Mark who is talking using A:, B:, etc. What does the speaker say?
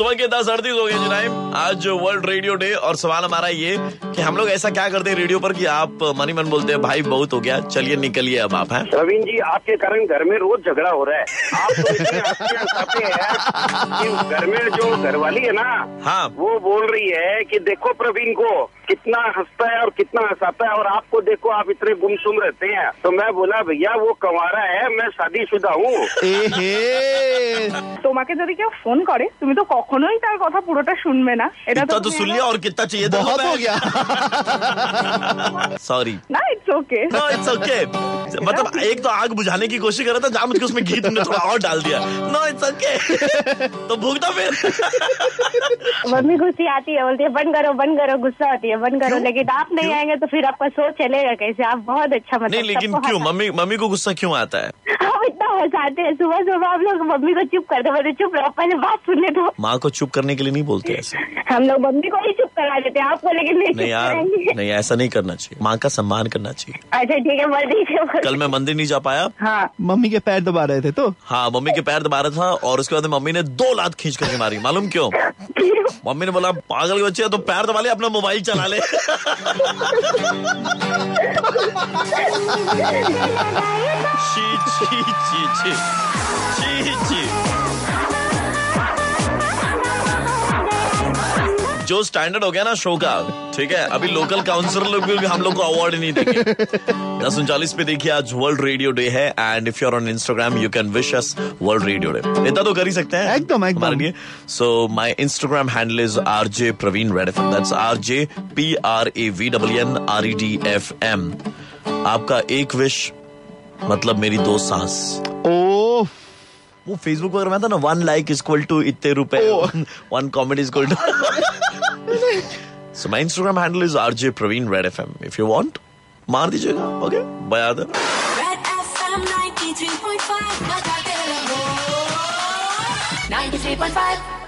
A: सुबह के दस अड़तीस हो गए जुलाइम आज वर्ल्ड रेडियो डे और सवाल हमारा ये कि हम लोग ऐसा क्या करते हैं रेडियो पर कि आप मन ही मन बोलते हैं भाई बहुत हो गया चलिए निकलिए अब आप हैं
B: प्रवीण जी आपके कारण घर में रोज झगड़ा हो रहा है आप तो इतने हंसते हंसाते हैं कि घर में जो घरवाली है ना
A: हाँ।
B: वो बोल रही है कि देखो प्रवीण को कितना हंसता है और कितना हंसाता है और आपको देखो आप इतने गुमसुम रहते हैं तो मैं बोला भैया वो कंवारा है मैं शादीशुदा हूँ
C: তোমাকে যদি কেউ ফোন করে তুমি তো কখনোই তার কথা পুরোটা শুনবে না এটা
A: इतना तो
C: তুমি
A: सुन लिया और कितना चाहिए
D: बहुत हो गया
A: सॉरी
C: না it's okay
A: no it's okay मतलब एक तो आग बुझाने की कोशिश कर रहा था जहाँ मुझे उसमें घी तुमने थोड़ा और डाल दिया नो इट्स ओके तो भूखता फिर अच्छा।
E: मम्मी गुस्सी आती है बोलती है बंद करो बंद करो गुस्सा होती है बंद करो
A: क्यों?
E: लेकिन आप नहीं
A: क्यों?
E: आएंगे तो फिर आपका सोच चलेगा कैसे आप बहुत अच्छा
A: नहीं
E: मतलब
A: लेकिन
E: सबको
A: क्यों
E: हंसा-
A: मम्मी मम्मी को गुस्सा क्यों आता है
E: हम इतना हंसाते हैं सुबह सुबह हम लोग मम्मी को चुप कर दो बोले चुप रहो पहले बात सुनने दो
A: माँ को चुप करने के लिए नहीं बोलते ऐसे
E: हम लोग मम्मी को ही चुप करा देते हैं आपको लेकिन नहीं
A: नहीं
E: चुप
A: यार
E: कराएंगे
A: नहीं ऐसा नहीं करना चाहिए माँ का सम्मान करना चाहिए
E: अच्छा ठीक है हाँ। मर्जी से बोलो।
A: कल मैं मंदिर नहीं जा पाया
C: হ্যাঁ
D: मम्मी के पैर दबा रहे थे तो
A: हाँ मम्मी के पैर दबा रहा था और उसके बाद मम्मी ने दो लात खींच करके मारी मालूम क्यों मम्मी ने बोला पागल के बच्चे तो पैर दबा ले अपना मोबाइल चला ले छी छी छी छी छी छी जो स्टैंडर्ड हो गया ना शो का ठीक है अभी लोकल काउंसिलर लोग भी हम लोग को अवार्ड नहीं देंगे दस उनचालीस पे देखिए आज वर्ल्ड रेडियो डे है and if you're on Instagram you can wish us world radio day इतना तो कर ही सकते हैं
D: एकदम, एकदम।
A: हमारे लिए so my Instagram handle is R J Praveen red that's R J P R A V W N R E D F M आपका एक विश मतलब मेरी दो सांस
D: ओ
A: वो फेसबुक पर मैं था ना वन लाइक इक्वल टू इतने रुपए one comedy equal to so my Instagram handle is R J Praveen red F M if you want मार दीजिएगा ओके बयाद है
F: Red FM 93.5 Matadero 93.5